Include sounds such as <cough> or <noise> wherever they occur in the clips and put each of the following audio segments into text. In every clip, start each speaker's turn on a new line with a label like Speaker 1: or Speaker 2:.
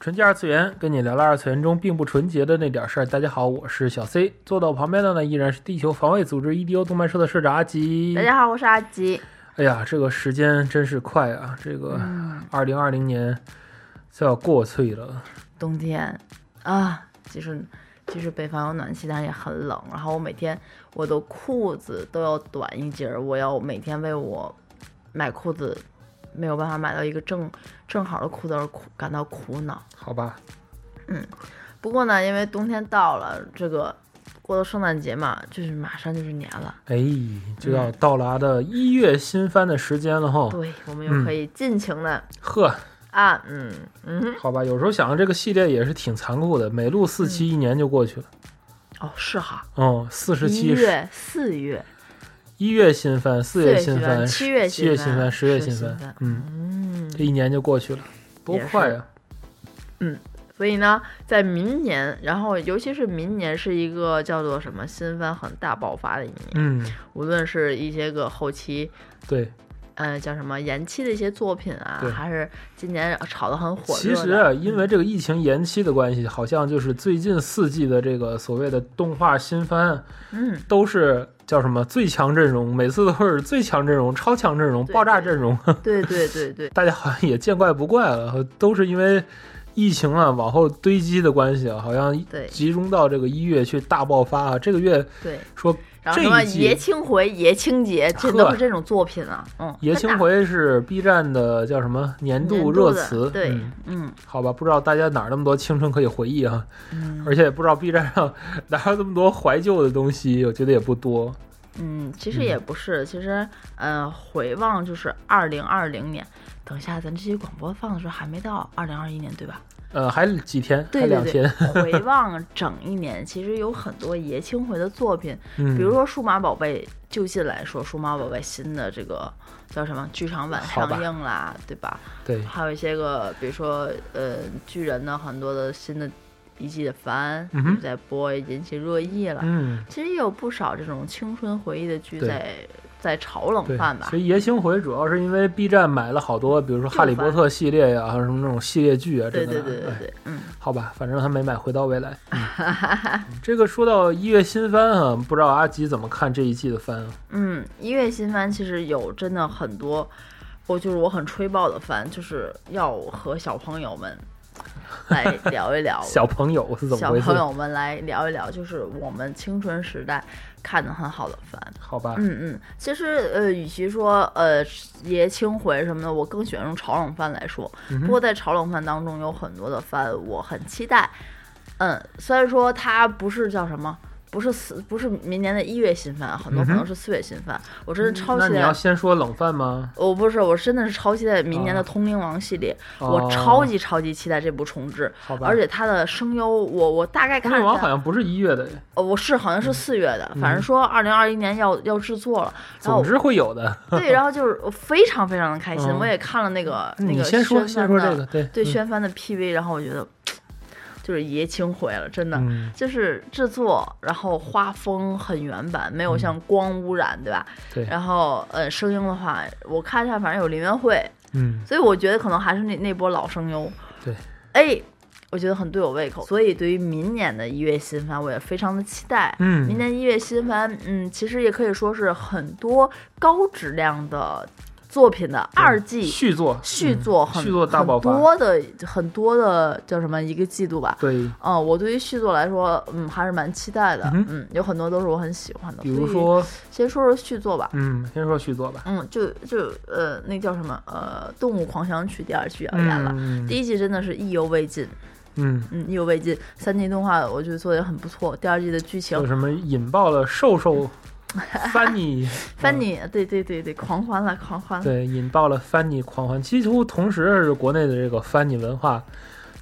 Speaker 1: 纯洁二次元，跟你聊聊二次元中并不纯洁的那点事儿。大家好，我是小 C，坐到我旁边的呢依然是地球防卫组织 EDO 动漫社的社长阿吉。
Speaker 2: 大家好，我是阿吉。
Speaker 1: 哎呀，这个时间真是快啊！这个
Speaker 2: 嗯
Speaker 1: 二零二零年就要过去了。
Speaker 2: 冬天啊，其实其实北方有暖气，但是也很冷。然后我每天我的裤子都要短一截儿，我要每天为我买裤子没有办法买到一个正正好的裤子而苦感到苦恼。
Speaker 1: 好吧，
Speaker 2: 不过呢，因为冬天到了，这个过了圣诞节嘛，就是马上就是年了。
Speaker 1: 哎，就要到达的一月新番的时间了哈。
Speaker 2: 对，我们又可以尽情的
Speaker 1: 呵，
Speaker 2: 啊，嗯嗯哼，
Speaker 1: 好吧，有时候想想这个系列也是挺残酷的，每录四
Speaker 2: 嗯
Speaker 1: 期，一年就过去了。
Speaker 2: 哦，是哈，
Speaker 1: 哦，四十
Speaker 2: 一
Speaker 1: 期
Speaker 2: 月、四月、
Speaker 1: 一月新番，四
Speaker 2: 月
Speaker 1: 月
Speaker 2: 新
Speaker 1: 新
Speaker 2: 番
Speaker 1: 番，
Speaker 2: 七月
Speaker 1: 七月
Speaker 2: 新
Speaker 1: 新
Speaker 2: 番
Speaker 1: 番，十月
Speaker 2: 十月
Speaker 1: 新
Speaker 2: 新
Speaker 1: 番
Speaker 2: 番，
Speaker 1: 嗯。
Speaker 2: 嗯，
Speaker 1: 这一年就过去了，多
Speaker 2: 也是
Speaker 1: 快呀、啊
Speaker 2: 所以呢，在明年，然后尤其是明年是一个叫做什么新番很大爆发的一年，
Speaker 1: 嗯，
Speaker 2: 无论是一些个后期，
Speaker 1: 对，
Speaker 2: 呃，叫什么延期的一些作品啊
Speaker 1: 对，
Speaker 2: 还是今年炒得很火热
Speaker 1: 其
Speaker 2: 的。
Speaker 1: 实啊，因为这个疫情延期的关系，好像就是最近四季的这个所谓的动画新番
Speaker 2: 嗯，
Speaker 1: 都是叫什么最强阵容，每次都是最强阵容、超强阵容、
Speaker 2: 对
Speaker 1: 爆炸
Speaker 2: 对
Speaker 1: 阵容，
Speaker 2: 对对对对，
Speaker 1: 大家好像也见怪不怪了，都是因为。疫情啊，往后堆积的关系啊，好像
Speaker 2: 对
Speaker 1: 集中到这个一月去大爆发啊。这个月 <laughs>
Speaker 2: 对，
Speaker 1: 说
Speaker 2: 然后
Speaker 1: 这
Speaker 2: 什么
Speaker 1: 一季
Speaker 2: 爷青回、爷青节，这都
Speaker 1: 呵
Speaker 2: 是这种作品啊。嗯，
Speaker 1: 爷
Speaker 2: 很
Speaker 1: 青
Speaker 2: 大
Speaker 1: 回是 B 站的叫什么年
Speaker 2: 年
Speaker 1: 度
Speaker 2: 度
Speaker 1: 热
Speaker 2: 的
Speaker 1: 词，
Speaker 2: 对
Speaker 1: 嗯，
Speaker 2: 嗯，
Speaker 1: 好吧，不知道大家哪儿那么多青春可以回忆啊，
Speaker 2: 嗯
Speaker 1: 而且也不知道 B 站上哪有那么多怀旧的东西，我觉得也不多。
Speaker 2: 嗯，其实也不是，其实，呃，回望就是二零二零年。等一下，咱这期广播放的时候还没到二零二一年，对吧？
Speaker 1: 呃，还几天，
Speaker 2: 对
Speaker 1: 还
Speaker 2: 对
Speaker 1: 两
Speaker 2: 对
Speaker 1: 天，
Speaker 2: 回望整一年，其实有很多爷青回的作品，
Speaker 1: 嗯，
Speaker 2: 比如说《数码宝贝》，就近来说，《数码宝贝》新的这个叫什么剧场版
Speaker 1: 好
Speaker 2: 上
Speaker 1: 吧嗯
Speaker 2: 映啦，对吧？
Speaker 1: 对，
Speaker 2: 还有一些个，比如说呃，巨人的很多的新的一季的番、
Speaker 1: 嗯哼
Speaker 2: 也在播，也引起热议了。
Speaker 1: 嗯，
Speaker 2: 其实也有不少这种青春回忆的剧
Speaker 1: 对
Speaker 2: 在在炒冷
Speaker 1: 对
Speaker 2: 饭。吧
Speaker 1: 其。实爷青回主要是因为 B 站买了好多，比如说《哈利波特》系列呀、还有什么那种系列剧啊，
Speaker 2: 对
Speaker 1: 这
Speaker 2: 对
Speaker 1: 个
Speaker 2: 对对
Speaker 1: 哎
Speaker 2: 对，嗯，
Speaker 1: 好吧，反正他没买《回到未来》
Speaker 2: <laughs>
Speaker 1: 嗯这个说到一月新番啊，不知道阿吉怎么看这一季的番啊？
Speaker 2: 嗯，一月新番其实有真的很多，我就是我很吹爆的番，就是要和小朋友们来聊一聊
Speaker 1: <laughs> 小朋友是怎么
Speaker 2: 小
Speaker 1: 回事
Speaker 2: 朋？友们来聊一聊，就是我们青春时代看的很好的番。
Speaker 1: 好吧，
Speaker 2: 嗯嗯，其实呃，与其说呃爷青回什么的，我更喜欢用炒冷饭来说。
Speaker 1: 嗯哼
Speaker 2: 不过在炒冷饭当中有很多的番，我很期待。嗯，虽然说它不是叫什么。不是四，不是明年的一月新番，很多
Speaker 1: 嗯哼嗯
Speaker 2: 可能是四月新番。我真的超
Speaker 1: 那
Speaker 2: 期
Speaker 1: 你
Speaker 2: 待
Speaker 1: 要先说冷饭吗？
Speaker 2: 我不是，我真的是超期待明年的
Speaker 1: 啊
Speaker 2: 《通灵王》系列，
Speaker 1: 哦
Speaker 2: 我超级超级期待这部重置，
Speaker 1: 好吧，
Speaker 2: 而且它的声优，我我大概
Speaker 1: 《
Speaker 2: 看
Speaker 1: 封神
Speaker 2: 了
Speaker 1: 王》
Speaker 2: 一下
Speaker 1: 好像不嗯是一月的，
Speaker 2: 呃我是好像是四月的，反正说二零二一年要要制作了，然后
Speaker 1: 总之会有的。 <laughs>
Speaker 2: 对，然后就是我非常非常的开心，
Speaker 1: 嗯
Speaker 2: 我也看了那个那
Speaker 1: 你
Speaker 2: 个
Speaker 1: 先说，先
Speaker 2: 宣
Speaker 1: 说
Speaker 2: 帆的
Speaker 1: 这个，对
Speaker 2: 对
Speaker 1: 嗯
Speaker 2: 宣帆的 PV，然后我觉得就是爷青回了，真的。
Speaker 1: 嗯，
Speaker 2: 就是制作，然后画风很原版，没有
Speaker 1: 嗯
Speaker 2: 像光污染，对吧？
Speaker 1: 对，
Speaker 2: 然后，呃，声音的话，我看一下，反正有林元惠，
Speaker 1: 嗯，
Speaker 2: 所以我觉得可能还是那那波老声优。
Speaker 1: 对，
Speaker 2: 哎，我觉得很对我胃口，所以对于明年的一月新番，我也非常的期待。
Speaker 1: 嗯
Speaker 2: 明年一月新番，嗯，其实也可以说是很多高质量的作品的二季。
Speaker 1: 续作，
Speaker 2: 续
Speaker 1: 嗯
Speaker 2: 作很、
Speaker 1: 续作大爆
Speaker 2: 很
Speaker 1: 发，
Speaker 2: 多的很多的叫什么一个季度吧，
Speaker 1: 对，
Speaker 2: 嗯、我对于续作来说，嗯，还是蛮期待的，
Speaker 1: 嗯
Speaker 2: 嗯有很多都是我很喜欢的。
Speaker 1: 比如
Speaker 2: 所以
Speaker 1: 说，
Speaker 2: 先说说续作吧，
Speaker 1: 嗯，先说续作吧。
Speaker 2: 嗯，就就呃，那叫什么呃，《动物狂想曲》第二季要演了，
Speaker 1: 嗯
Speaker 2: 第一季真的是意犹未尽，
Speaker 1: 嗯，
Speaker 2: 嗯，意犹未尽。三季动画我觉得做的也很不错，第二季的剧
Speaker 1: 有
Speaker 2: 情， <laughs>
Speaker 1: 什么引爆了瘦瘦翻你
Speaker 2: 翻你，对对对对，狂欢了，狂欢了。
Speaker 1: 嗯对，引爆了翻你狂欢，几乎同时是国内的这个翻你文化，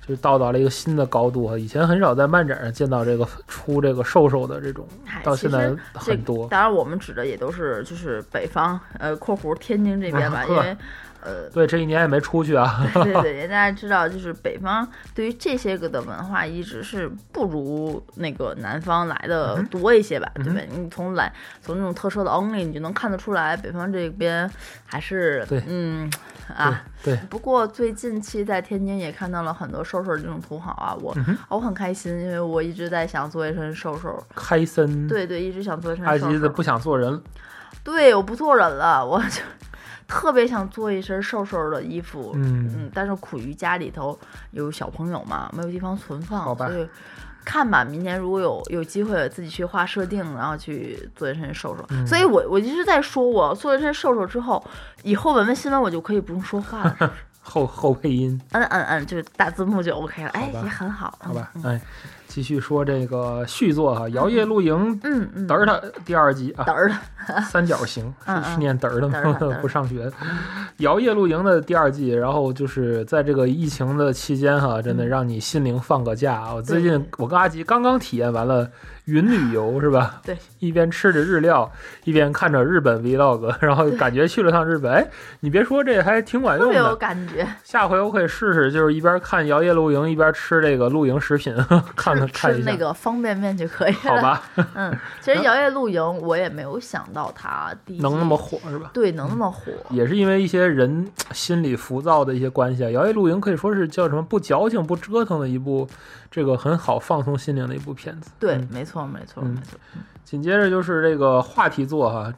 Speaker 1: 就是到达了一个新的高度啊！以前很少在漫展上见到这个出这个瘦瘦的这种
Speaker 2: 嗨，
Speaker 1: 到
Speaker 2: 哎其
Speaker 1: 现
Speaker 2: 实
Speaker 1: 在
Speaker 2: 这
Speaker 1: 很多。
Speaker 2: 当然，我们指的也都是就是北方，呃，括弧天津这边吧，
Speaker 1: 啊
Speaker 2: 因为，呃，
Speaker 1: 对，这一年也没出去啊。
Speaker 2: 对对对，大家知道，就是北方对于这些个的文化一直是不如那个南方来
Speaker 1: 嗯
Speaker 2: 的多一些吧，对吧？你从来从那种特色的 only，你就能看得出来，北方这边还是
Speaker 1: 对
Speaker 2: 嗯啊。
Speaker 1: <laughs> 对，
Speaker 2: 不过最近期在天津也看到了很多瘦瘦这种土豪啊，我、
Speaker 1: 嗯
Speaker 2: 我很开心，因为我一直在想做一身瘦瘦，
Speaker 1: 开森，，
Speaker 2: 对对，一直想做一身
Speaker 1: 埃
Speaker 2: 瘦
Speaker 1: 及
Speaker 2: 瘦。
Speaker 1: 嗯的不想做人了，
Speaker 2: 对，我不做人了，我就特别想做一身瘦瘦的衣服，
Speaker 1: 嗯
Speaker 2: 但是苦于家里头有小朋友嘛，没有地方存
Speaker 1: 好
Speaker 2: 放，
Speaker 1: 吧
Speaker 2: 所以看吧，明年如果有有机会自己去画设定，然后去做一身瘦瘦，
Speaker 1: 嗯
Speaker 2: 所以我我一直在说，我做一身瘦瘦之后，以后文文新闻我就可以不用说话了，是不是
Speaker 1: 后后配音，
Speaker 2: 嗯嗯嗯，就是打字幕就 OK 了，哎，
Speaker 1: 好吧
Speaker 2: 也很好，
Speaker 1: 好吧，哎，继续说这个续作哈，《摇曳露营》
Speaker 2: 嗯嗯，
Speaker 1: 嘚儿它第二集啊
Speaker 2: 嘚，儿的，
Speaker 1: <laughs> 三角形
Speaker 2: 嗯
Speaker 1: 是是
Speaker 2: 嗯
Speaker 1: 念嘚儿的
Speaker 2: 嘚儿的嘚
Speaker 1: 吗 <laughs>
Speaker 2: 儿？
Speaker 1: 不上学，《摇曳露营》的第二季，然后就是在这个疫情的期间哈，真的
Speaker 2: 嗯
Speaker 1: 让你心灵放个假啊！我最
Speaker 2: 对
Speaker 1: 近我跟阿吉刚刚体验完了云旅游，是吧？
Speaker 2: 对，
Speaker 1: <laughs> 一边吃着日料，一边看着日本 vlog，然后感觉去了趟日本，哎，你别说，这还挺管
Speaker 2: 特
Speaker 1: 用
Speaker 2: 别有
Speaker 1: 的。
Speaker 2: 感觉，
Speaker 1: 下回我可以试试，就是一边看摇曳露营，一边吃这个露营食品， <laughs> 看看看
Speaker 2: 吃
Speaker 1: 一下
Speaker 2: 那，个方便面就可以了，
Speaker 1: 好
Speaker 2: <laughs>
Speaker 1: 吧？ <laughs>
Speaker 2: 嗯，其实摇曳露营我也没有想到它第一季
Speaker 1: 能那么火嗯是吧？
Speaker 2: 对能那么火，
Speaker 1: 也是因为一些人心理浮躁的一些关系啊。摇曳露营可以说是叫什么不矫情、不折腾的一部，这个很好放松心灵的一部片子。
Speaker 2: 对，
Speaker 1: 嗯
Speaker 2: 没错没错
Speaker 1: 嗯
Speaker 2: 没错，
Speaker 1: 紧接着就是这个话题作哈、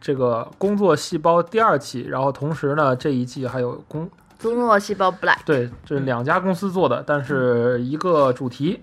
Speaker 1: 这个工作细胞第二季，然后同时呢这一季还有工
Speaker 2: 棕诺细胞 black
Speaker 1: 对这两家公司做的，但是一个主题。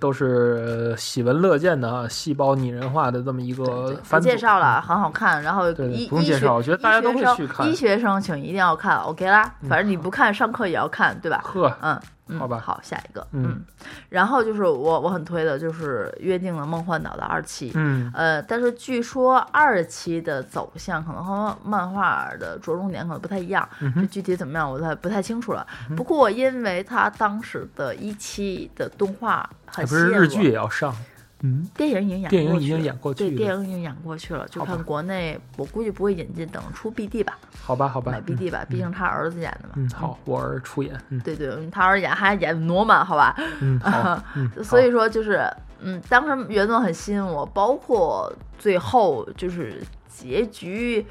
Speaker 1: 都是喜闻乐见的啊，细胞拟人化的这么一个
Speaker 2: 对
Speaker 1: 番
Speaker 2: 不
Speaker 1: 组
Speaker 2: 介绍了，很好看。然后
Speaker 1: 嗯对对
Speaker 2: 医
Speaker 1: 不用
Speaker 2: 医
Speaker 1: 介
Speaker 2: 学
Speaker 1: 绍我觉得大家都
Speaker 2: 医学
Speaker 1: 会
Speaker 2: 生
Speaker 1: 去看
Speaker 2: 医学生请一定要看，OK 啦。反正你不看，上课也要看，对吧？
Speaker 1: 呵，
Speaker 2: 嗯，嗯
Speaker 1: 好吧
Speaker 2: 好，下一个，
Speaker 1: 嗯
Speaker 2: 嗯。然后就是我我很推的，就是《约定了梦幻岛》的二期，
Speaker 1: 嗯，
Speaker 2: 呃，但是据说二期的走向可能和漫画的着重点可能不太一样，
Speaker 1: 嗯
Speaker 2: 这
Speaker 1: 哼嗯
Speaker 2: 具体怎么样我都还不太清楚了。不过因为它当时的一期的动画
Speaker 1: 还
Speaker 2: 很
Speaker 1: 不
Speaker 2: 吸
Speaker 1: 是
Speaker 2: 引
Speaker 1: 日剧也
Speaker 2: 我，
Speaker 1: 要上，嗯，
Speaker 2: 电影已经演
Speaker 1: 电影
Speaker 2: 过
Speaker 1: 已
Speaker 2: 去
Speaker 1: 经
Speaker 2: 了
Speaker 1: 演过去
Speaker 2: 对，
Speaker 1: 了
Speaker 2: 电影已经演过去了，就
Speaker 1: 好吧
Speaker 2: 看国内我估计不会引进，等出 BD 吧，
Speaker 1: 好吧，好吧
Speaker 2: 买，BD 吧，毕竟他儿子演的嘛。
Speaker 1: 嗯，好，我儿出演，嗯
Speaker 2: 对对，他儿子演还演罗曼，好吧？，
Speaker 1: 嗯，好，嗯
Speaker 2: 啊 <laughs> 所
Speaker 1: 好
Speaker 2: 以说就是，嗯，当时原作很吸引我，包括最后就是结局，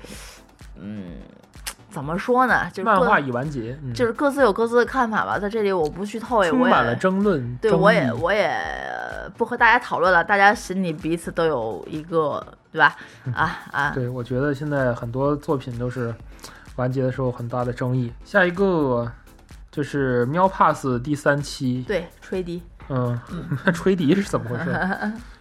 Speaker 2: 嗯，怎么说呢？就是
Speaker 1: 漫
Speaker 2: 各
Speaker 1: 画已完结，嗯
Speaker 2: 就是各自有各自的看法吧，在这里我不去透也，
Speaker 1: 充
Speaker 2: 我
Speaker 1: 满了
Speaker 2: 也
Speaker 1: 争论，
Speaker 2: 对
Speaker 1: 争
Speaker 2: 我也
Speaker 1: 议
Speaker 2: 我也不和大家讨论了，大家心里彼此都有一个对吧？
Speaker 1: 嗯
Speaker 2: 啊啊，
Speaker 1: 对，我觉得现在很多作品都是完结的时候很大的争议。下一个就是《喵 Pass》第三期，
Speaker 2: 对，吹笛，
Speaker 1: 嗯， <laughs> 吹笛是怎么回事？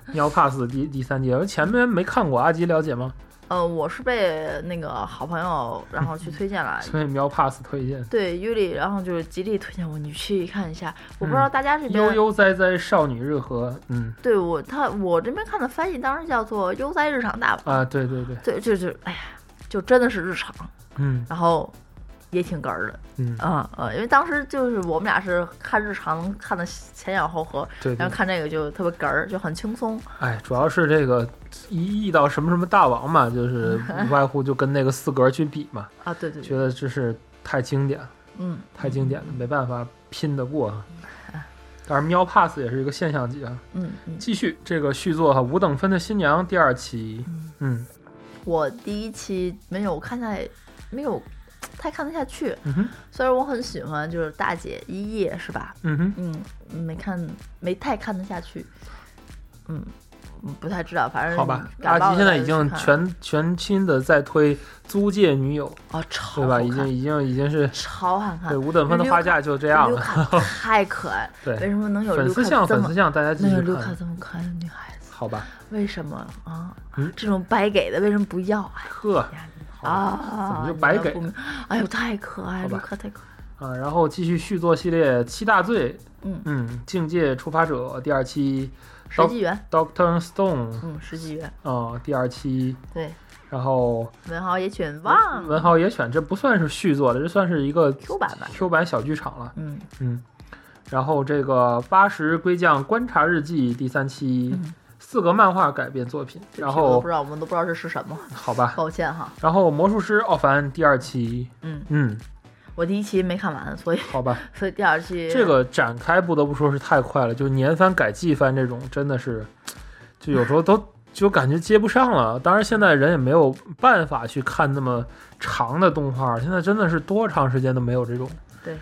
Speaker 2: <laughs>
Speaker 1: 喵 Pass 第第三季，前面没看过，阿吉了解吗？
Speaker 2: 呃，我是被那个好朋友然后去推荐了，
Speaker 1: 所以喵 Pass 推荐。
Speaker 2: 对 y 里，然后就是极力推荐我你去看一下，我不知
Speaker 1: 嗯
Speaker 2: 道大家这边、
Speaker 1: 悠悠哉哉少女日和，嗯
Speaker 2: 对我他我这边看的翻译当时叫做“悠哉日常大”吧，
Speaker 1: 啊，对对对，
Speaker 2: 对，就是哎呀，就真的是日常，
Speaker 1: 嗯
Speaker 2: 然后也挺哏儿的，
Speaker 1: 嗯，
Speaker 2: 嗯嗯，因为当时就是我们俩是看日常能看的前仰后合，
Speaker 1: 对对
Speaker 2: 然后看这个就特别哏儿，就很轻松，
Speaker 1: 哎，主要是这个一遇到什么什么大王嘛，就是
Speaker 2: <laughs>
Speaker 1: 无外乎就跟那个四格去比嘛，
Speaker 2: 啊，对对
Speaker 1: 觉
Speaker 2: 对，
Speaker 1: 得这是太经典了，
Speaker 2: 嗯，
Speaker 1: 太经典了，没办法拼得过啊。当然，喵 pass 也是一个现象级啊。
Speaker 2: 嗯嗯，
Speaker 1: 继续这个续作哈，啊《五等分的新娘》第二期，嗯
Speaker 2: 我第一期没有看下，没有太看得下去，
Speaker 1: 嗯哼
Speaker 2: 虽然我很喜欢就是大姐一叶是吧？
Speaker 1: 嗯哼，
Speaker 2: 嗯，没看，没太看得下去，嗯，嗯不太知道，反正
Speaker 1: 好吧，
Speaker 2: 感
Speaker 1: 阿
Speaker 2: 冒
Speaker 1: 吉
Speaker 2: 了
Speaker 1: 现在
Speaker 2: 再
Speaker 1: 已
Speaker 2: 去
Speaker 1: 经
Speaker 2: 看
Speaker 1: 全全新的在推《租借女友》，
Speaker 2: 哦，超
Speaker 1: 对吧？
Speaker 2: 好
Speaker 1: 已经
Speaker 2: 看啊
Speaker 1: 已经已经是
Speaker 2: 超好看
Speaker 1: 对，五等分的花嫁就这样
Speaker 2: 刘
Speaker 1: 了，
Speaker 2: 卡太可爱，
Speaker 1: <laughs>
Speaker 2: 为
Speaker 1: 对，
Speaker 2: 什么能有
Speaker 1: 粉
Speaker 2: 刘
Speaker 1: 丝
Speaker 2: 卡
Speaker 1: 向
Speaker 2: 这
Speaker 1: 粉
Speaker 2: 么
Speaker 1: 丝向，大家继
Speaker 2: 能有
Speaker 1: 续
Speaker 2: 刘卡
Speaker 1: 看，
Speaker 2: 这么可爱的女孩子？
Speaker 1: 好吧，
Speaker 2: 为什么啊
Speaker 1: 嗯？
Speaker 2: 这种白给的为什么不要啊？
Speaker 1: 呵。
Speaker 2: 哎呀
Speaker 1: 好吧
Speaker 2: 啊！
Speaker 1: 怎么就
Speaker 2: 你
Speaker 1: 白
Speaker 2: 们
Speaker 1: 给
Speaker 2: 不明？哎呦，太可
Speaker 1: 好
Speaker 2: 爱，
Speaker 1: 吧
Speaker 2: 了，刘卡太可爱。
Speaker 1: 啊，然后继续续作系列《七大罪》，
Speaker 2: 嗯
Speaker 1: 嗯，《境界触发者》第二期，《
Speaker 2: 十几元，
Speaker 1: Doctor Stone
Speaker 2: 嗯，十几元，
Speaker 1: 啊、第二期，
Speaker 2: 对，
Speaker 1: 然后
Speaker 2: 文豪野犬望，
Speaker 1: 文豪野犬这不算是续作了，这算是一个
Speaker 2: Q 版吧
Speaker 1: Q 版小剧场了。
Speaker 2: 嗯，
Speaker 1: 嗯，然后这个《八十龟将观察日记》第三期，四个漫画改编作品，
Speaker 2: 嗯这
Speaker 1: 然
Speaker 2: 题我都
Speaker 1: 后
Speaker 2: 不知道，我们都不知道这是什么，
Speaker 1: 好吧，
Speaker 2: 抱歉哈，
Speaker 1: 然后《魔术师奥凡》第二期，
Speaker 2: 嗯
Speaker 1: 嗯，
Speaker 2: 我第一期没看完，所以
Speaker 1: 好吧，
Speaker 2: 所以第二期
Speaker 1: 这个展开不得不说是太快了，就年番改季番这种真的是，就有时候都。就感觉接不上了，当然现在人也没有办法去看那么长的动画，现在真的是多长时间都没有这种
Speaker 2: 对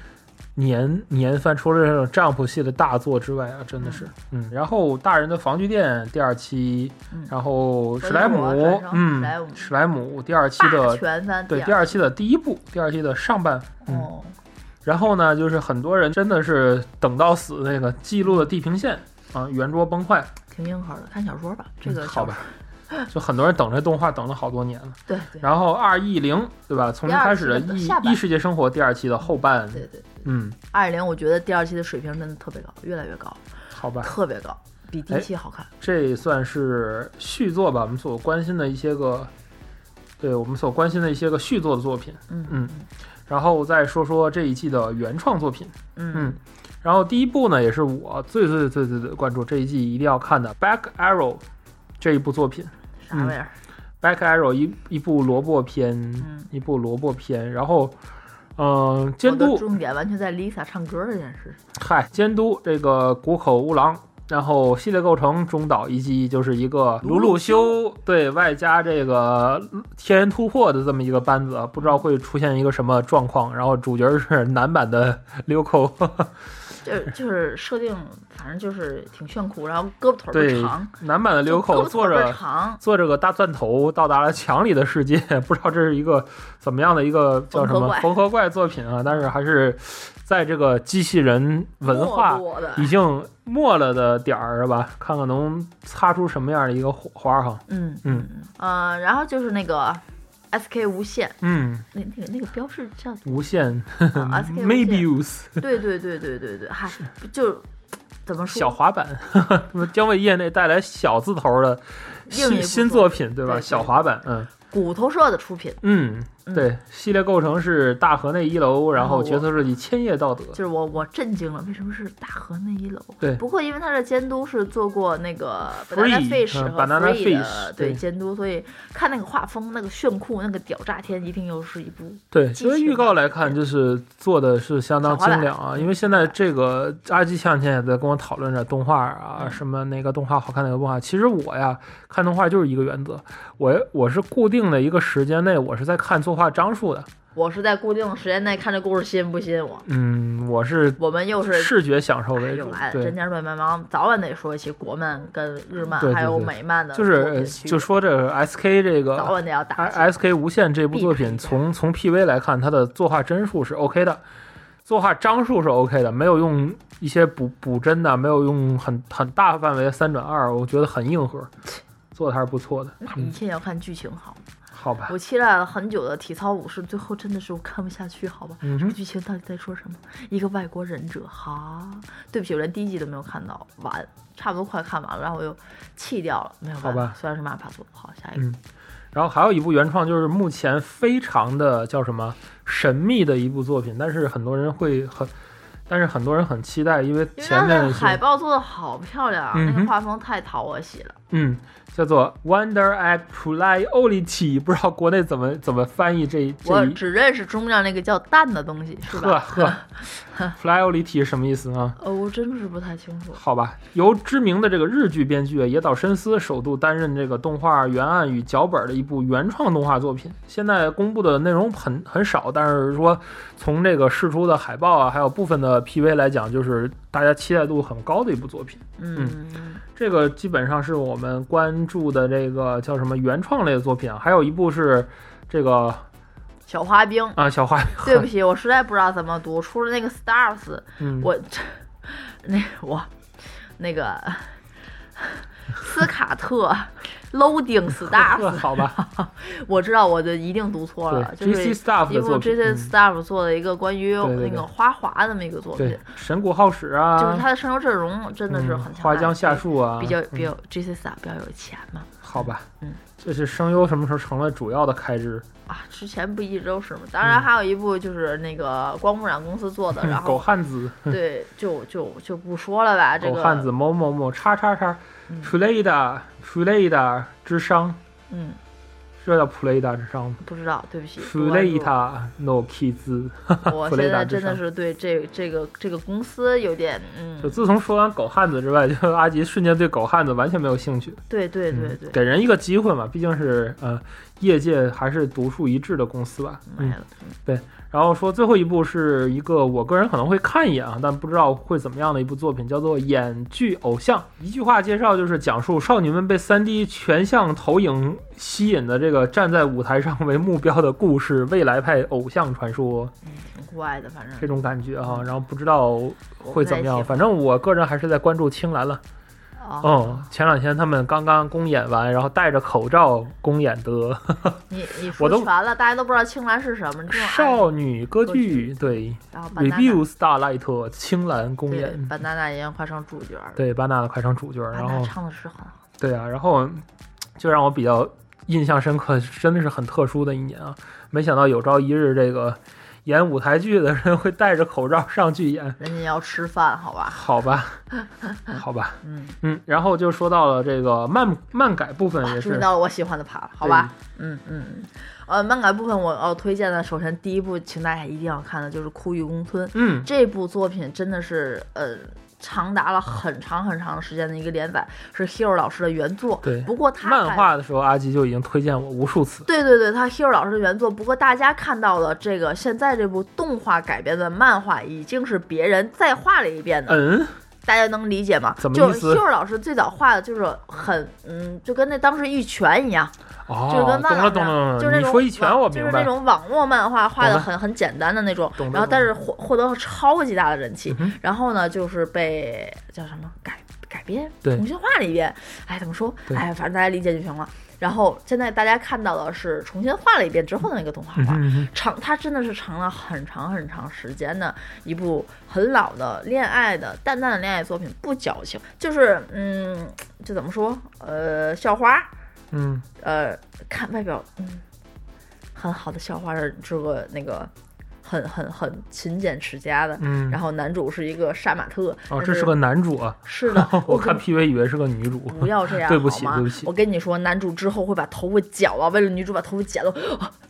Speaker 1: 年年番，除了这种丈夫系的大作之外啊，真的是，嗯，然后大人的防具店第二期，
Speaker 2: 嗯
Speaker 1: 然后史莱
Speaker 2: 我也
Speaker 1: 姆
Speaker 2: 是，
Speaker 1: 嗯
Speaker 2: 史莱姆，
Speaker 1: 史莱姆第二期
Speaker 2: 霸
Speaker 1: 的，
Speaker 2: 权番
Speaker 1: 对，第
Speaker 2: 二
Speaker 1: 二期的第一部，第二期的上半，嗯，
Speaker 2: 哦，
Speaker 1: 然后呢，就是很多人真的是等到死，那个记录的地平线啊，圆桌崩坏，
Speaker 2: 挺硬核的，看小说吧，这
Speaker 1: 嗯
Speaker 2: 个
Speaker 1: 好
Speaker 2: 小
Speaker 1: 吧，就很多人等这动画等了好多年了。
Speaker 2: 对对
Speaker 1: 然后二 E 零，对吧？从零开始的
Speaker 2: 第二期的
Speaker 1: 异
Speaker 2: 下半
Speaker 1: 异世界生活第二期的后半，
Speaker 2: 对对，
Speaker 1: 嗯，
Speaker 2: 二零我觉得第二期的水平真的特别高，越来越高，
Speaker 1: 好吧，
Speaker 2: 特别高，比
Speaker 1: 哎
Speaker 2: 第一期好看。
Speaker 1: 这算是续作吧，我们所关心的一些个，对我们所关心的一些个续作的作品，
Speaker 2: 嗯
Speaker 1: 嗯，然后再说说这一季的原创作品，
Speaker 2: 嗯
Speaker 1: 嗯，然后第一部呢也是我最最最最最关注这一季一定要看的《Back Arrow》这一部作品，
Speaker 2: 啥玩意儿？
Speaker 1: 《Back Arrow 一》一部萝卜片，
Speaker 2: 嗯
Speaker 1: 一部萝卜片，然后。嗯，
Speaker 2: 我
Speaker 1: 监
Speaker 2: 的
Speaker 1: 督
Speaker 2: 重点完全在 Lisa 唱歌这件事。
Speaker 1: 嗨，监督这个谷口乌郎，然后系列构成中岛一基就是一个鲁鲁修对外加这个天人突破的这么一个班子啊，不知道会出现一个什么状况。然后主角是男版的流
Speaker 2: <laughs>
Speaker 1: 口，
Speaker 2: 就就是设定，反正就是挺炫酷，然后胳膊腿儿
Speaker 1: 对
Speaker 2: 不长，，
Speaker 1: 男版的流
Speaker 2: 胳
Speaker 1: 口
Speaker 2: 膊
Speaker 1: 坐
Speaker 2: 腿儿不
Speaker 1: 着
Speaker 2: 长，
Speaker 1: 坐着个大钻头到达了墙里的世界， <laughs> 不知道这是一个怎么样的一个叫什
Speaker 2: 缝合
Speaker 1: 么
Speaker 2: 怪
Speaker 1: 缝合怪作品啊？但是还是在这个机器人文化
Speaker 2: 没落的，
Speaker 1: 已经没了的点儿是吧？看看能擦出什么样的一个火花哈。
Speaker 2: 嗯
Speaker 1: 嗯
Speaker 2: 呃，然后就是那个 SK 无限，
Speaker 1: 嗯，
Speaker 2: 那那个那个标示叫什
Speaker 1: 无限
Speaker 2: 么
Speaker 1: <laughs>
Speaker 2: SK 无限
Speaker 1: Maybeus
Speaker 2: 对对对对对对，嗨，就怎么
Speaker 1: 小
Speaker 2: 说，
Speaker 1: 滑板， <laughs> 将为业内带来小字头的
Speaker 2: 硬
Speaker 1: 新
Speaker 2: 也不
Speaker 1: 新
Speaker 2: 错
Speaker 1: 作品对吧？
Speaker 2: 对对
Speaker 1: 小滑板，嗯
Speaker 2: 骨头社的出品，
Speaker 1: 嗯，
Speaker 2: 嗯
Speaker 1: 对，系列构成是大河内一楼，然
Speaker 2: 然后
Speaker 1: 后
Speaker 2: 我
Speaker 1: 角色设计千叶道德，
Speaker 2: 就是我我震惊了，为什么是大河那一楼？
Speaker 1: 对
Speaker 2: 不过因为他的监督是做过那个
Speaker 1: Free，
Speaker 2: Banana Fish
Speaker 1: 嗯
Speaker 2: 和
Speaker 1: Banana
Speaker 2: Free 的
Speaker 1: Fish，对
Speaker 2: 对监督，所以看那个画风、那个炫酷、那个屌炸天，一定又是一部
Speaker 1: 对，
Speaker 2: 机
Speaker 1: 因为
Speaker 2: 器
Speaker 1: 预
Speaker 2: 人
Speaker 1: 告来看，就是做的是相当精良啊。
Speaker 2: 嗯
Speaker 1: 因为现在这个阿基向前也在跟我讨论着动画啊，
Speaker 2: 嗯
Speaker 1: 什么那个动画好看哪个动画。其实我呀，看动画就是一个原则，我我是固定的一个时间内，我是在看作画章数的。
Speaker 2: 我是在固定的时间内看这故事吸引不吸引我。
Speaker 1: 嗯，我是
Speaker 2: 我们又是
Speaker 1: 视觉享受为
Speaker 2: 又
Speaker 1: 主
Speaker 2: 来，了，
Speaker 1: 对
Speaker 2: 针。尖对麦芒，早晚得说一起国漫跟日漫
Speaker 1: 对对
Speaker 2: 还有
Speaker 1: 对
Speaker 2: 美漫的
Speaker 1: 就
Speaker 2: 作
Speaker 1: 是
Speaker 2: 品
Speaker 1: 呃
Speaker 2: 区
Speaker 1: 就
Speaker 2: 别
Speaker 1: 说这个 S K 这个
Speaker 2: 早晚得要打起
Speaker 1: S K 无限这部作品，从从 P V 来看，它的作画帧数是 O、k 的，作画张数是 O、k 的，没有用一些补补帧的，没有用很很大范围的三转二，我觉得很硬核，做的还是不错的。
Speaker 2: 那一切要看剧情好。
Speaker 1: 好吧，
Speaker 2: 我期待了很久的体操武士，最后真的是我看不下去，好吧？
Speaker 1: 嗯
Speaker 2: 这个
Speaker 1: 哼，
Speaker 2: 剧情到底在说什么？一个外国忍者，哈，对不起，我连第一集都没有看到完，差不多快看完了，然后我又弃掉了，没有办
Speaker 1: 好
Speaker 2: 法
Speaker 1: 吧
Speaker 2: 虽然是马帕做的，好，下一
Speaker 1: 嗯
Speaker 2: 个，
Speaker 1: 然后还有一部原创，就是目前非常的叫什么神秘的一部作品，但是很多人会很，但是很多人很期待，因为
Speaker 2: 因为
Speaker 1: 前
Speaker 2: 它
Speaker 1: 面
Speaker 2: 的
Speaker 1: 一
Speaker 2: 海
Speaker 1: 些
Speaker 2: 报做的好漂亮啊，
Speaker 1: 嗯
Speaker 2: 那
Speaker 1: 哼
Speaker 2: 个画风太讨我喜了。
Speaker 1: 嗯，叫做 Wonder at Play Olity，不知道国内怎么怎么翻译这这
Speaker 2: 我
Speaker 1: 一
Speaker 2: 只认识中间那个叫蛋
Speaker 1: <laughs>
Speaker 2: 的东西，是
Speaker 1: 呵
Speaker 2: 吧？
Speaker 1: 呵
Speaker 2: <laughs>
Speaker 1: ，Fly Olity 是什么意思呢？
Speaker 2: 呃，我真是不太清楚。
Speaker 1: 好吧，由知名的这个日剧编剧野岛伸司首度担任这个动画原案与脚本的一部原创动画作品。现在公布的内容很很少，但是说从这个释出的海报啊，还有部分的 PV 来讲，就是大家期待度很高的一部作品。
Speaker 2: 嗯，
Speaker 1: 这个基本上是我们关注的这个叫什么原创类的作品啊，还有一部是这个
Speaker 2: 小花冰，
Speaker 1: 啊小花，
Speaker 2: 对不起，我实在不知道怎么读，除了那个 stars，
Speaker 1: 嗯，
Speaker 2: 我那我那个斯卡特 loading staff，
Speaker 1: 好吧，
Speaker 2: 我知道我就一定读错了，就
Speaker 1: 对
Speaker 2: 是
Speaker 1: GC staff
Speaker 2: 一
Speaker 1: 的
Speaker 2: 部
Speaker 1: 作
Speaker 2: J
Speaker 1: 品，
Speaker 2: C
Speaker 1: 嗯
Speaker 2: staff 做的一个关于
Speaker 1: 对对
Speaker 2: 那
Speaker 1: 对
Speaker 2: 个花滑的那么一个作品，
Speaker 1: 对，神谷浩史啊，
Speaker 2: 就是他的上游阵容真的是很
Speaker 1: 嗯
Speaker 2: 强大，
Speaker 1: 花江夏树啊，
Speaker 2: 比较
Speaker 1: 嗯
Speaker 2: 比较 J C staff 比较有钱嘛
Speaker 1: 好吧，
Speaker 2: 嗯，
Speaker 1: 这是声优什么时候成了主要的开支？
Speaker 2: 啊，之前不一直都是嘛，当
Speaker 1: 嗯
Speaker 2: 然还有一部就是那个光污染公司做的，然
Speaker 1: 狗
Speaker 2: 后
Speaker 1: 汉子，
Speaker 2: 对就就就不说了吧，这
Speaker 1: 狗
Speaker 2: 个
Speaker 1: 哦汉子某某某叉叉叉
Speaker 2: 嗯
Speaker 1: ，Plada Plada 之商，
Speaker 2: 嗯
Speaker 1: 这叫 Plada 之商吗
Speaker 2: 不知道，对不嗯起，不关注
Speaker 1: ？Plada no kids。
Speaker 2: 我
Speaker 1: 弗
Speaker 2: 现
Speaker 1: 雷达
Speaker 2: 在
Speaker 1: 之
Speaker 2: 真的
Speaker 1: 上
Speaker 2: 是对这这个这个公司有点，
Speaker 1: 就
Speaker 2: 嗯，
Speaker 1: 自从说完狗汉子之外，就阿吉瞬间对狗汉子完全没有兴趣。
Speaker 2: 对对对
Speaker 1: 嗯
Speaker 2: 对，
Speaker 1: 给人一个机会嘛，毕竟是呃，业界还是独树一帜的公司吧。嗯
Speaker 2: 买，了，
Speaker 1: 然后说最后一部是一个我个人可能会看一眼啊，但不知道会怎么样的一部作品，叫做《演剧偶像》。一句话介绍就是讲述少女们被 3D 全像投影吸引的这个站在舞台上为目标的故事，未来派偶像传说
Speaker 2: 嗯，挺怪的，反
Speaker 1: 这
Speaker 2: 正
Speaker 1: 种感觉啊。然后不知道
Speaker 2: 我
Speaker 1: 会
Speaker 2: 不
Speaker 1: 怎么
Speaker 2: 太喜
Speaker 1: 样，
Speaker 2: 欢
Speaker 1: 反正我个人还是在关注青蓝了。嗯
Speaker 2: 哦，，
Speaker 1: 前两天他们刚刚公演完，然后戴着口罩公演的
Speaker 2: 你你
Speaker 1: 我
Speaker 2: 说
Speaker 1: 都
Speaker 2: 全了，大家都不知道青蓝是什么，这种暗
Speaker 1: 少女歌
Speaker 2: 歌
Speaker 1: 剧，
Speaker 2: 剧
Speaker 1: 对
Speaker 2: 然后
Speaker 1: ，Review
Speaker 2: banana
Speaker 1: Starlight 青蓝公
Speaker 2: 对
Speaker 1: 演，
Speaker 2: banana 已经快成主角了，
Speaker 1: 对，巴纳的快成主角，然
Speaker 2: banana
Speaker 1: 后
Speaker 2: 唱的是很好，
Speaker 1: 对啊，然后就让我比较印象深刻，真的是很特殊的一年啊！没想到有朝一日，这个演舞台剧的人会戴着口罩上去演，
Speaker 2: 人家要吃饭，好吧，
Speaker 1: 好吧，
Speaker 2: <laughs>
Speaker 1: 好吧，
Speaker 2: 嗯，
Speaker 1: 嗯，然后就说到了这个漫漫改部分
Speaker 2: 啊
Speaker 1: 也
Speaker 2: 终于
Speaker 1: 是，
Speaker 2: 到了我喜欢的盘了，好吧，嗯嗯嗯，呃，漫改部分我要推荐的，首先第一部，请大家一定要看的就是《枯玉公村》，
Speaker 1: 嗯，
Speaker 2: 这部作品真的是呃。长达了很长很长时间的一个连载，是 Hero 老师的原作。
Speaker 1: 对
Speaker 2: 不过他
Speaker 1: 漫
Speaker 2: 还
Speaker 1: 画的时候阿吉就已经推荐我无数次。
Speaker 2: 对对对，他 Hero 老师的原作。不过大家看到了这个现在这部动画改编的漫画，已经是别人再画了一遍的，
Speaker 1: 嗯，
Speaker 2: 大家能理解吗？
Speaker 1: 怎么
Speaker 2: 就
Speaker 1: 意思
Speaker 2: Hero 老师最早画的就是很嗯，就跟那当时一拳一样，
Speaker 1: 哦，
Speaker 2: 就是跟
Speaker 1: 懂了
Speaker 2: 漫
Speaker 1: 懂
Speaker 2: 画
Speaker 1: 了，
Speaker 2: 就是那
Speaker 1: 你
Speaker 2: 种
Speaker 1: 说一拳
Speaker 2: 网
Speaker 1: 我
Speaker 2: 就
Speaker 1: 明
Speaker 2: 是
Speaker 1: 白
Speaker 2: 那
Speaker 1: 了。
Speaker 2: 种网络漫画画的
Speaker 1: 懂了
Speaker 2: 很很简单的那种
Speaker 1: 懂，了
Speaker 2: 然后
Speaker 1: 懂
Speaker 2: 但
Speaker 1: 了
Speaker 2: 是获获得了超级大的人气，
Speaker 1: 嗯哼
Speaker 2: 然后呢就是被叫什么改改编
Speaker 1: 对
Speaker 2: 重新画了一遍，哎怎么说
Speaker 1: 对
Speaker 2: 哎反正大家理解就行了。然后现在大家看到的是重新画了一遍之后的那个动画
Speaker 1: 嗯
Speaker 2: 画，
Speaker 1: 哼
Speaker 2: 长它真的是长了很长很长时间的一部很老的恋爱的淡淡的恋爱作品，不矫情，就是嗯就怎么说呃校花。
Speaker 1: 嗯
Speaker 2: 呃，看外表，嗯，很好的校花是这个那个很很很勤俭持家的。
Speaker 1: 嗯，
Speaker 2: 然
Speaker 1: 后
Speaker 2: 后男主是一个杀马特，
Speaker 1: 哦，
Speaker 2: 但
Speaker 1: 这
Speaker 2: 是
Speaker 1: 是个男主啊，
Speaker 2: 是
Speaker 1: <laughs>，
Speaker 2: 的
Speaker 1: 我
Speaker 2: 跟
Speaker 1: 看 PV 以为是个女主。
Speaker 2: 不要这样，
Speaker 1: 对不起
Speaker 2: 好吗
Speaker 1: 对不起
Speaker 2: 我跟你说，男主之后会把头发绞啊，为了女主把头发剪了，
Speaker 1: <laughs>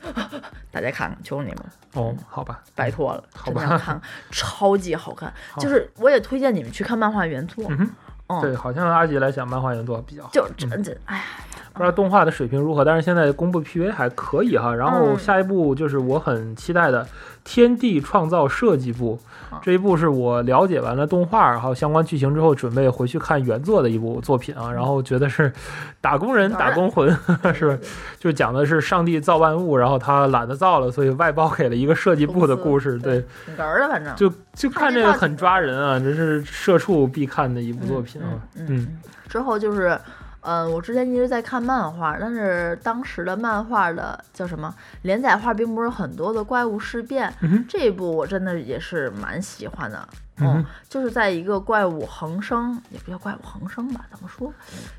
Speaker 2: 大家看看，求你们，
Speaker 1: 哦，好吧，
Speaker 2: 拜托了，
Speaker 1: 嗯好
Speaker 2: 真
Speaker 1: 吧
Speaker 2: 的要看看，超级好看，就是我也推荐你们去看漫画原作，
Speaker 1: 嗯哼
Speaker 2: 嗯，
Speaker 1: 对，好像阿吉来讲漫画原作比较好，
Speaker 2: 就真的，哎呀，
Speaker 1: 不知道动画的水平如何，但是现在公布 PV 还可以哈。然后
Speaker 2: 嗯
Speaker 1: 下一部就是我很期待的《天地创造设计部》，
Speaker 2: 啊
Speaker 1: 这一部是我了解完了动画还有相关剧情之后，准备回去看原作的一部作品
Speaker 2: 嗯
Speaker 1: 啊。然后觉得是打工人打工魂， <laughs> 是就讲的是上帝造万物，然后他懒得造了，所以外包给了一个设计部的故事。对，
Speaker 2: 挺哏儿的，反正
Speaker 1: 就就看这个很抓人啊，这是社畜必看的一部作品啊。嗯
Speaker 2: 嗯嗯嗯，之后就是，呃，我之前一直在看漫画，但是当时的漫画的叫什么连载画并不是很多的怪物事变，
Speaker 1: 嗯哼
Speaker 2: 这一部我真的也是蛮喜欢的。
Speaker 1: 嗯
Speaker 2: 嗯，就是在一个怪物横生，也不叫怪物横生吧，怎么说？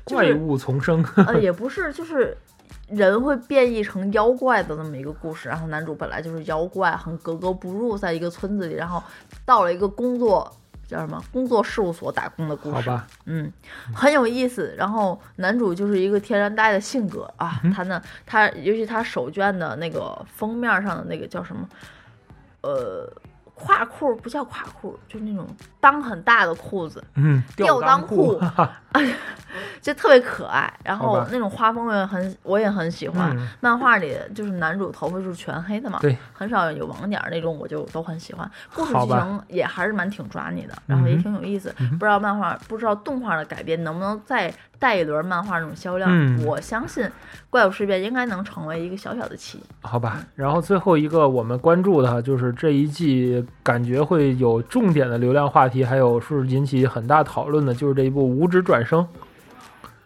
Speaker 2: 就
Speaker 1: 怪
Speaker 2: 是
Speaker 1: 物丛
Speaker 2: <laughs>
Speaker 1: 生，
Speaker 2: 呃，也不是，就是人会变异成妖怪的那么一个故事。然后男主本来就是妖怪，很格格不入，在一个村子里，然后到了一个工作叫什么工作事务所打工的故
Speaker 1: 好
Speaker 2: 事。
Speaker 1: 吧，
Speaker 2: 嗯，很有意思。然后男主就是一个天然呆的性格啊，
Speaker 1: 嗯
Speaker 2: 他呢，他尤其他手绢的那个封面上的那个叫什么，呃，挎裤不叫挎裤，就是那种裆很大的裤子，
Speaker 1: 嗯，
Speaker 2: 吊
Speaker 1: 裆
Speaker 2: 裆裤， <laughs> 就特别可爱。然
Speaker 1: 好
Speaker 2: 后
Speaker 1: 吧
Speaker 2: 那种画风我也很，我也很喜欢。
Speaker 1: 嗯
Speaker 2: 漫画里就是男主头发就是全黑的嘛，
Speaker 1: 对，
Speaker 2: 很少有网点儿那种，我就都很喜欢。故事
Speaker 1: 好
Speaker 2: 剧
Speaker 1: 吧
Speaker 2: 情也还是蛮挺抓你的，然后也
Speaker 1: 嗯哼
Speaker 2: 挺有意思。不知道漫画，不知道动画的改编能不能再带一轮漫画那种销量？
Speaker 1: 嗯
Speaker 2: 我相信《怪物事变》应该能成为一个小小的奇迹。
Speaker 1: 好吧。然后最后一个我们关注的哈就是这一季感觉会有重点的流量话题，还有是引起很大讨论的，就是这一部《五指转生》。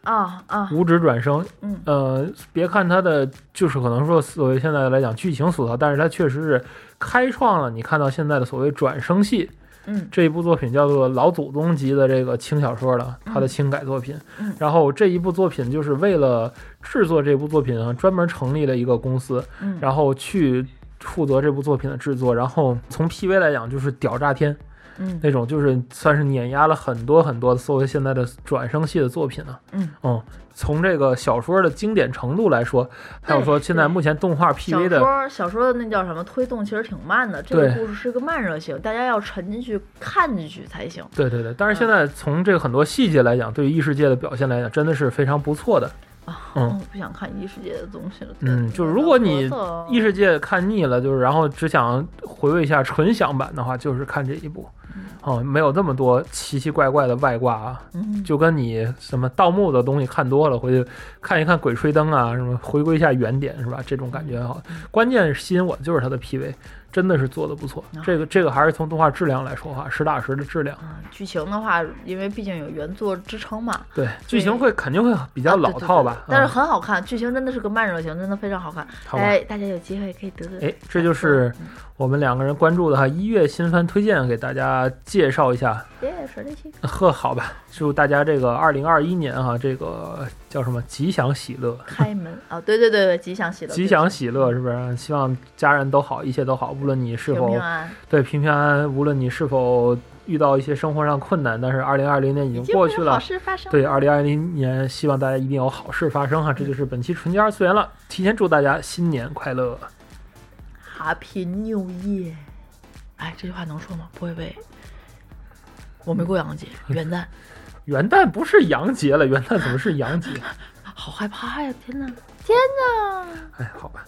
Speaker 2: 啊啊，
Speaker 1: 无职转生，
Speaker 2: 嗯
Speaker 1: 呃，别看它的就是可能说所谓现在来讲剧情塑造，但是它确实是开创了你看到现在的所谓转生系
Speaker 2: 嗯
Speaker 1: 这一部作品叫做老祖宗级的这个轻小说了，它的轻改作品。
Speaker 2: 嗯
Speaker 1: 然后这一部作品就是为了制作这部作品啊，专门成立了一个公司，
Speaker 2: 嗯，
Speaker 1: 然后去负责这部作品的制作。然后从 PV 来讲，就是屌炸天
Speaker 2: 嗯
Speaker 1: 那种，就是算是碾压了很多很多所谓现在的转生系的作品呢、
Speaker 2: 嗯，
Speaker 1: 嗯，从这个小说的经典程度来说，还有说现在目前动画
Speaker 2: 小
Speaker 1: PV 的，
Speaker 2: 说小说的那叫什么推动其实挺慢的，这个
Speaker 1: 对
Speaker 2: 故事是个慢热型，大家要沉进去看进去才行。
Speaker 1: 对对对。但是
Speaker 2: 嗯
Speaker 1: 现在从这个很多细节来讲，对于异世界的表现来讲，真的是非常不错的。
Speaker 2: 啊，
Speaker 1: 嗯
Speaker 2: 我不想看异世界的东西了。
Speaker 1: 嗯就是如果你异
Speaker 2: 一
Speaker 1: 世界看腻了，就是然后只想回味一下纯享版的话，就是看这一部。
Speaker 2: 嗯
Speaker 1: 哦、没有那么多奇奇怪怪的外挂啊，
Speaker 2: 嗯
Speaker 1: 就跟你什么盗墓的东西看多了，回去看一看《鬼吹灯》啊，什么回归一下原点是吧？这种感觉好。
Speaker 2: 嗯
Speaker 1: 关键是吸引我的就是它的 PV，真的是做的不错
Speaker 2: 啊。
Speaker 1: 这个这个还是从动画质量来说话，实打实的质量。
Speaker 2: 啊，剧情的话，因为毕竟有原作支撑嘛，
Speaker 1: 对，剧情会肯定会比较
Speaker 2: 啊
Speaker 1: 老套吧，
Speaker 2: 对对对但是
Speaker 1: 嗯
Speaker 2: 很好看，剧情真的是个慢热型，真的非常好看。
Speaker 1: 好吧。
Speaker 2: 哎，大家有机会可以得得。
Speaker 1: 哎，这就是我们两个人关注的哈一月新番推荐，给大家介绍一下。 <laughs>
Speaker 2: 耶，嗯说这些
Speaker 1: 呵，好吧，祝大家这个二零二一年哈、这个叫什么吉祥喜乐，
Speaker 2: 开门啊，对对对对，吉祥喜乐，
Speaker 1: 吉祥喜乐是不是？希望家人都好，一切都好，无论你是
Speaker 2: 对平
Speaker 1: 否
Speaker 2: 平安安，
Speaker 1: 对平平安安，无论你是否遇到一些生活上困难，但是二零二零年已经
Speaker 2: 就
Speaker 1: 过
Speaker 2: 会有
Speaker 1: 去了
Speaker 2: 啊好。事发生。
Speaker 1: 对，二零二零年，希望大家一定有好事发生哈！这就是本期纯洁二次元了，提前祝大家新年快乐。
Speaker 2: ，Happy New Year。哎，这句话能说吗？不会被。我没过洋节，元旦，
Speaker 1: 元旦不是洋节了，元旦怎么是洋节？
Speaker 2: 好害怕呀！天哪，天哪！
Speaker 1: 哎，好吧，